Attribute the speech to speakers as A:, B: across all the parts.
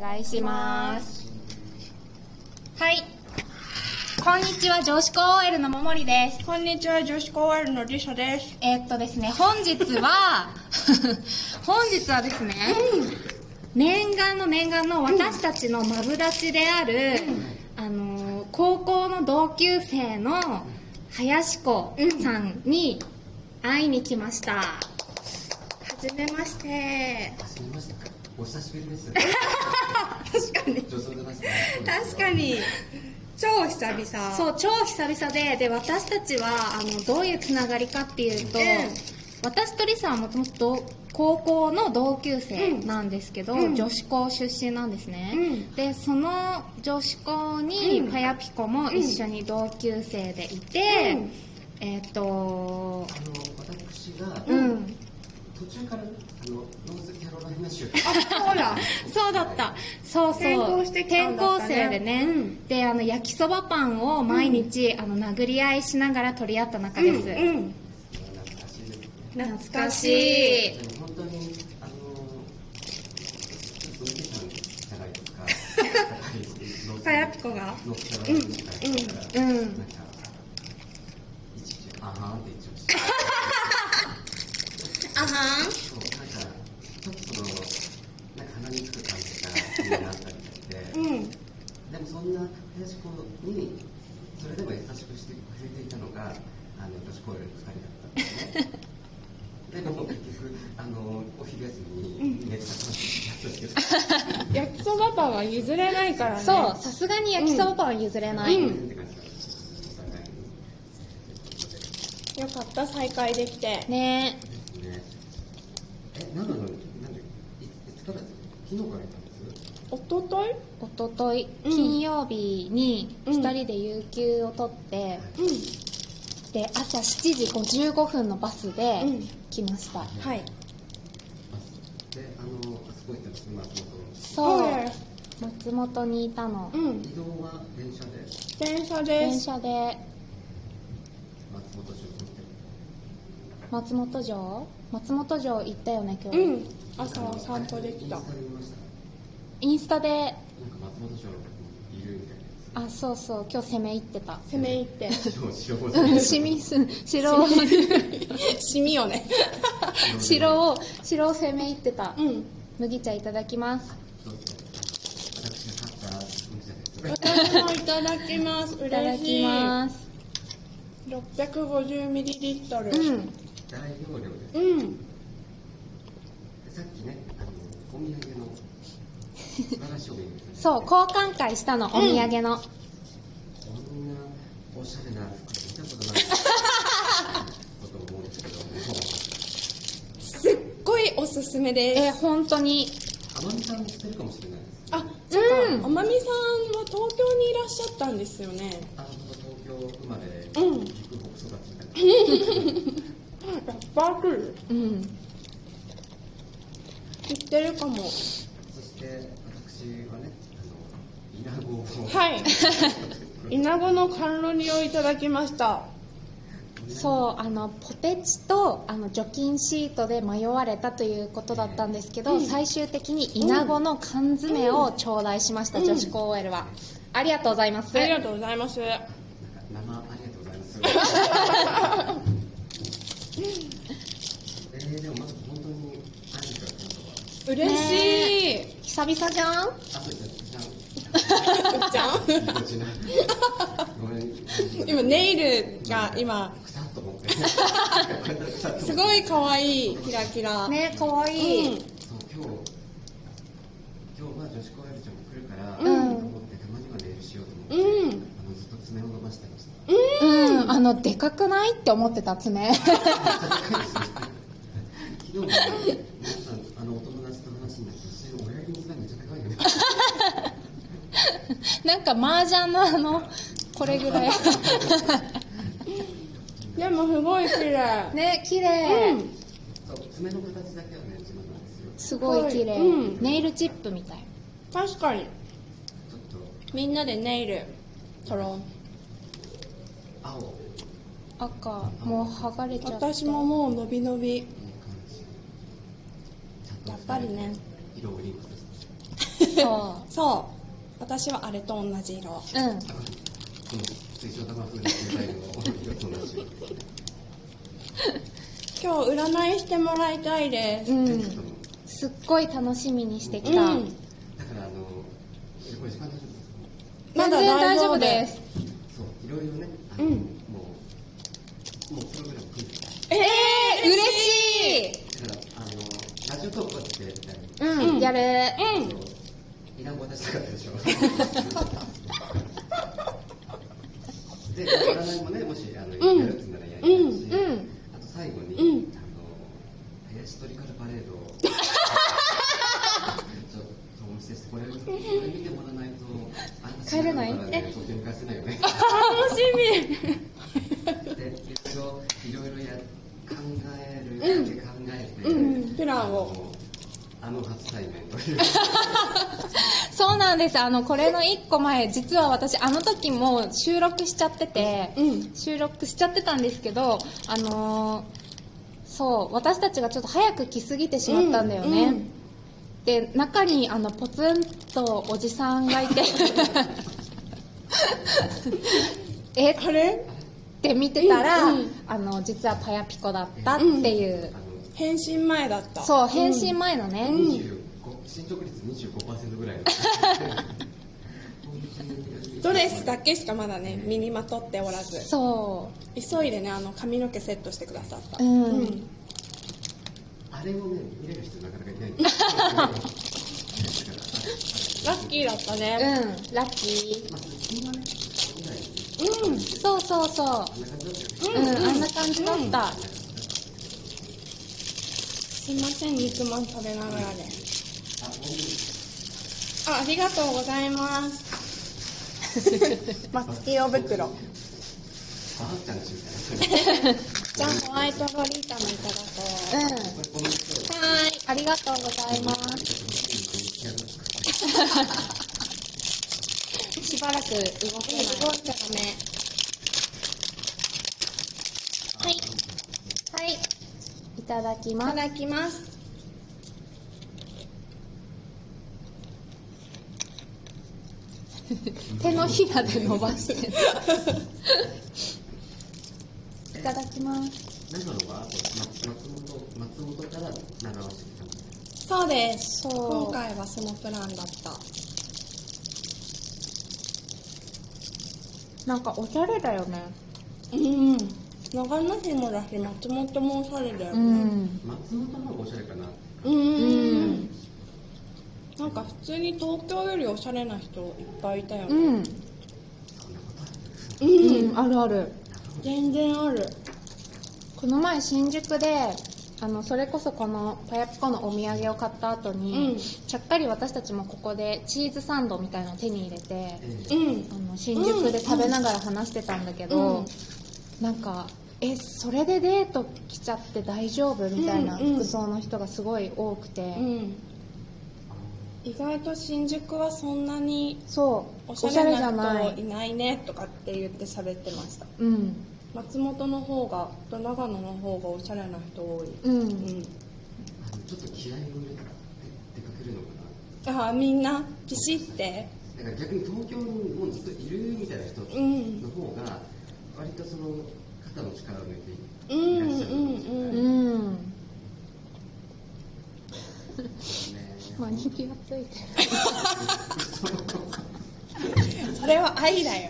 A: お願いします。はい。こんにちは、女子高 OL のももりです。
B: こんにちは、女子高 OL のりさです。
A: えーっとですね、本日は、 本日はですね、念願の念願の私たちのマブダチである、あのー高校の同級生の林子さんに会いに来ました。はじめまして。
C: すみません。お久しぶりです。
B: 確かに。
C: 女装出ました。
B: 確か。に。超久々。
A: そう超久々でで私たちはあのどういうつながりかっていうと、
B: うん
A: 私とリサはもともと高校の同級生なんですけど、
B: うん
A: 女子校出身なんですね、
B: うん
A: でその女子校に
B: うん
A: パヤピコも一緒に同級生でいて、
B: うん
A: えっ、と
C: あの私が
A: うん、
C: 途中からあのローズキャロライナ州
B: あ、そうだ。
A: そうだったそうそう
B: 転校してきたんだっ
A: 転校
B: たね
A: 生でね、
B: うん
A: であの焼きそばパンを毎日、あの殴り合いしながら取り合った仲です、
B: うん。
C: 懐かしいで
A: 懐
C: すね。
B: 懐か
A: か
B: し
A: し
B: い。
A: い
C: でも本当にあのちょっと見てたんじゃないですか。
B: さやピコが。
C: ローズキャロライナ州から
A: うんうん
C: なんか一時あーんって言っちゃいました。そうなんかちょ
B: あはん。
C: っとそのなんか鼻につく感じが気になったみたいで。
B: うん。
C: でもそんな林子にそれでも優しくしてくれていたのがあの女子高より2人だったんですねでも結局あのお昼休みに寝てた感じだったんですけ
B: 焼きそばパンは譲れないからね。
A: そう、さすがに焼きそばパンは譲れない。
C: ど、
B: うん
C: ごめんって感じだったんですお互いに
B: う。よかった、再会できて。
A: ね
C: ですねえなのなんでいいつからです昨日からいたんです
B: おととい
A: え、おととい、
B: うん
A: 金曜日に
B: うん
A: 2人で有給を取って、
B: う
A: で、朝7時55分のバスで
B: うん
A: 来ました。
B: ん。はい。
C: あであのあそこ行ったんです今その
A: そう、
B: はい
A: 松本にいたの。
B: うん。
C: 移動は電車で
B: 電車で
A: 電
B: す。
A: 車で
C: 松本市を通って
A: 松本城松本城行ったよね、今日。
B: うん。朝お散歩でき
C: イ
B: た
C: ンス。タで見ました
A: インスタで、
C: なんか松本城いるみたい
A: あ、そうそう、今日攻め入ってた。
B: 攻め入 って。
C: な。城 を
A: うん、 市民す、 城を、
B: シミよね。
A: 城を、城を攻め入ってた。
B: うん。
A: 麦茶いただきます。
C: どうぞ私が買った麦茶です。
B: 私もいただきます。
A: いただ
B: 嬉し
A: き
B: い。
A: ます。
B: 650ミリリット
A: う
B: ル。
A: ん。
C: 大容量です。
B: うん。
C: さっきね、あのお土産の素晴らしいお土産ですね。
A: そう、
C: こ
A: 交換会したの、お土産の。
C: んなおしゃれな服見たことない。こと思うんですけど、も
B: すっごいおすすめです。
A: えー、本当に。
C: う天海さん知ってるかもしれないです。
B: あ、
A: う
B: あ
A: ん。
B: まみさんは東京にいらっしゃったんですよね。
C: あの東京生まれ、
B: うん
C: 岐阜北育ちみたいな。
B: ラッパークル。
A: うん。
B: 知ってるかも。
C: そして私はね、あのイナゴを。
B: はい。イナゴの甘露煮をいただきました。
A: そう、あの、ポテチと、あの、除菌シートで迷われたということだったんですけど、最終的にイナゴの缶詰を頂戴しました、女子高 OL は。ありがとうございます。
B: ありがとうございます。
C: なんか生ありがとうございます。えー、でもまず本当にアジから今度は。
B: 嬉しい。
A: 久々じゃん
C: あとじゃじ
B: じゃ ん。
C: ゃん。こちら。ごめん。
B: 今ネイルが今
C: 草と思って。
B: すごい可愛いキラキラ。
A: ね、かわ
B: う
A: い
B: ん
A: い。。
C: そう今日今日は女子高生ちゃんも来るから、
A: うん
C: と思ってたまにはネイルしようと思って、
B: う
C: あ
B: ん
C: のずっと爪を伸ばしてました。
A: うん、あの、でかくないって思ってた爪。
C: 昨日も、ね、皆さんあのお友達と話になって、私の親指の爪めっちゃ高いよね。
A: なんか、麻雀のあの、これぐら い。
B: でもすごい綺麗。
A: ね、綺麗。
B: うん
C: そう爪の形だけはね自慢なんですよ。
A: すごい綺麗、
B: うん
A: ネイルチップみたい
B: 確かに。
C: ちょっと
B: みんなでネイル取ろう。
C: 青いい
A: 赤もう剥がれちゃった
B: 私ももう伸び伸び
C: 感じ。ちゃんと
B: やっぱりね
C: 色をリンクさせて。
A: そ
B: そう私はあれと同じ色
A: ううん
C: この水晶玉風に携帯のお話を
B: 今日占いしてもらいたいです、
A: うんすっごい楽しみにしてきた、
B: うん
C: だからあのえこれ時間大丈夫です
A: 全
C: か
A: 然大丈夫です
C: そういろいろねあの、
B: うん
C: もうもうプログラム組んでる
A: ええー、嬉しい
C: だからあのラジオトークってやりたい
A: うん、
B: うん
A: やる
B: う
C: あのいらんご渡したかったでしょで占いもねもしあの、
B: うん
C: やるってならやりた
A: う
C: いし、
A: んうん
C: あと最後に、
B: うん
C: あの林トリカルパレードをちょっとお見せしてこれこれ見てもらわないとあんた
A: 帰れない
C: 知らからねとても行かせないよね
A: 楽しみ
C: で一応いろいろや考えるだけ考えて、
B: うんプランを
C: あのあの初対面という
A: そうなんですあのこれの1個前実は私あの時も収録しちゃってて、
B: うん
A: 収録しちゃってたんですけどあのーそう私たちがちょっと早く来すぎてしまったんだよね、
B: うんうん
A: で中にあのポツンとおじさんがいて えこれって見てたら、
B: うんうん
A: あの実はパヤピコだったっていう、
C: あ
B: 変身前だった
A: そう返信前のね、
C: の25進捗率25%ぐらいの
B: ドレスだけしかまだね身にまとっておらず
A: そ
B: 急いでねあの髪の毛セットしてくださった
A: うん
C: あれをね見れる人なかなかいないんですよだから
B: ラッキーだった
A: うう
B: ね、
A: んラッキ
C: まあ最近はねそこぐらいに
A: ーうんそうそうそ
C: あんな感じだったよね
A: ううん、あんな感じだった、
B: すいません肉まん食べながらで
C: あ本当に
B: あありがとうございます 松木お袋
C: ばあちゃんちみたいな
B: じゃあホワイトロリータもいただこ
A: う
B: う
A: ん、
C: これこの人
B: はーい
A: ありがとうございますしばらく動けない
B: 動いちゃダメ
A: はいはいいただき
B: い
A: ま
B: た
A: す
B: だきます
A: 手のひらで伸ばしていただきます
C: 長野は松本松本から長野市に来たんです
B: そうです
A: そう
B: 今回はそのプランだった
A: なんかおしゃれだよね
B: うん長野市もだし松本もおしゃれだよ
A: う
B: ね
A: ん
C: 松本の方がおしゃれかな
B: うん、
A: うん
B: なんか普通に東京よりおしゃれな人いっぱいいたよ
A: う
B: ね、
A: ん、
C: そんなことある
B: うん
A: あるある
B: 全然ある
A: この前新宿であのそれこそこのパヤピコのお土産を買った後に、
B: うん
A: ちゃっかり私たちもここでチーズサンドみたいなのを手に入れて
C: え
B: うん
A: あの新宿で食べながら話してたんだけど、
B: うん
A: なんかえそれでデート来ちゃって大丈夫みたいな
B: うんうん
A: 服装の人がすごい多くて、
B: うん意外と新宿はそんなに
A: そう
B: お
A: お
B: し
A: し
B: ゃ
A: ゃ
B: れ
A: れじゃな
B: な人
A: い
B: いないねとかって言って喋ってました
A: うん
B: 松本の方がと長野の方がおしゃれな人多い
A: うん、
B: うん
C: あのちょっと気合いを入れて出かけるのか
B: ああみんなピシって
C: なだから逆に東京にもうずっといるみたいな人
B: う
C: の
B: ん
C: 方が割とその肩の力を抜いて
B: うん
C: いらっしゃるかもしれな
B: うん
A: う
C: い
A: ん、
C: ですね
A: マニキュアついて
B: それは愛だ よ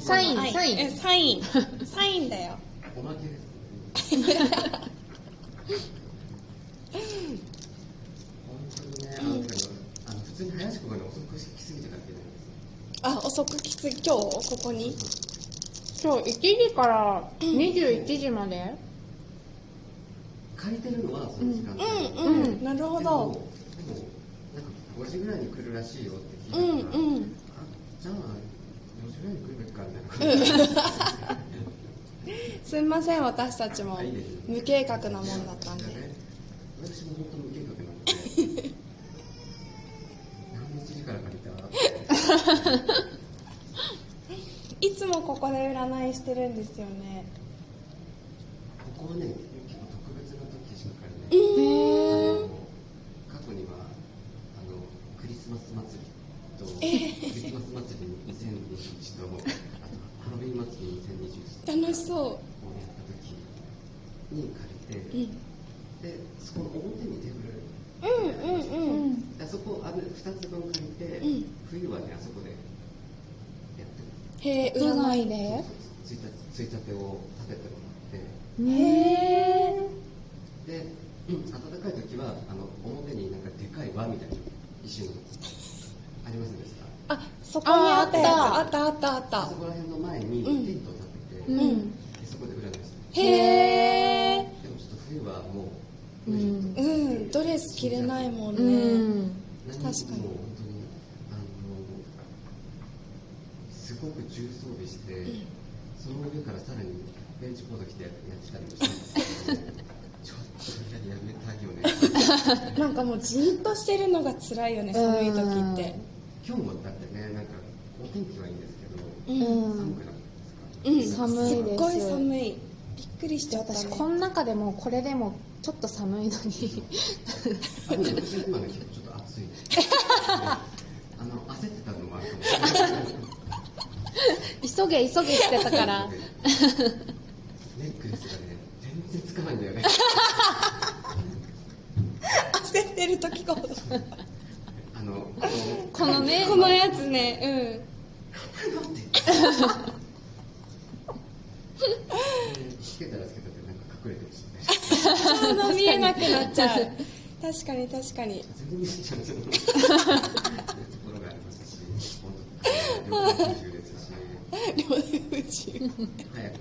A: サイン
B: 愛
A: サイン
B: えサ インサインだよ
C: おまけですね本当にねあのあの普通に林子がね遅くしすぎてからってないんですよ
B: あ遅くきつい今日ここに
A: 今日1時から21時まで
C: 借りてるのはその時間帯
B: う
C: で
B: ん
A: ん
B: う
A: うんん
B: なる
C: も
B: ほ
C: でも
B: ど
C: なんか5時ぐらいに来るらしいよって
B: う
C: 聞い
B: ん
C: たから、
B: うん
C: あじゃあ4時ぐらいに来るべきかみたいな感じ
B: すいません私たちも
C: あいいです
B: 無計画なもんだったんで
C: だね私も本当無計画なんで何時から借りた
B: いつもここで占いしてるんですよね
C: ここはね結構特別な時しか借りない
A: へえ
C: 過去にはあのクリス祭りと、クリスマス祭り2021と、あとハロウィン祭り2021
B: 楽しそう
C: をやった時に借りて、で、そこの表にテーブル、
B: うんうんうん
C: あそこあの2つ分借りて、
B: うん
C: 冬はね、あそこでやってる。
B: へえ
D: 都
B: 占い
D: 内で
C: ついたついたてを立ててもらって。
D: へえ
C: で、うん、暖かい時はあの表になんかでかい輪みたいな石のありますでした
B: あそこにあったやつあ
C: あーあ
B: っ
C: った
B: あったあっ
C: あ
B: た
C: そこら辺の前にテ
B: うん
C: ントを立てて、
B: う
C: で
B: ん
C: そこで占いしてでもちょっと
B: へえ
C: 冬はもう、
D: うん
C: 無理
B: うんドレス着れないもんね、
C: 何
B: 確かに
C: もう本当にあのすごく重装備して、
B: ん
C: その上からさらにベンチコード着てやってたりもしたんですけどちょっとやめたいよね
B: なんかもうじーっとしてるのが辛いよね寒い時って
C: 今日もだってねなんかお天気はいいんですけど、
B: う
C: 寒
D: ん
C: くなかった
B: うん
C: ですか、
D: 寒い
B: す
D: で
B: っ
D: す
B: ごい寒いびっくりしちゃった、ね、
D: 私この中でもこれでもちょっと寒いのに
C: あでも私今ね結構ちょっと暑い あの焦ってたのもあるかもしれない
D: 急げ急げしてたから
C: ネックレスがね全然つかないんだよね
B: 焦ってる時 が
C: あのこの
D: このね
B: このやつね
C: つけたらつけたってなんか隠れてるしね
B: うん顔が見えなくなっちゃう確かに確か に
C: 全然見せちゃうんですよっていうところがありますし本当に旅行中ですし
B: 両手不自由
C: 早く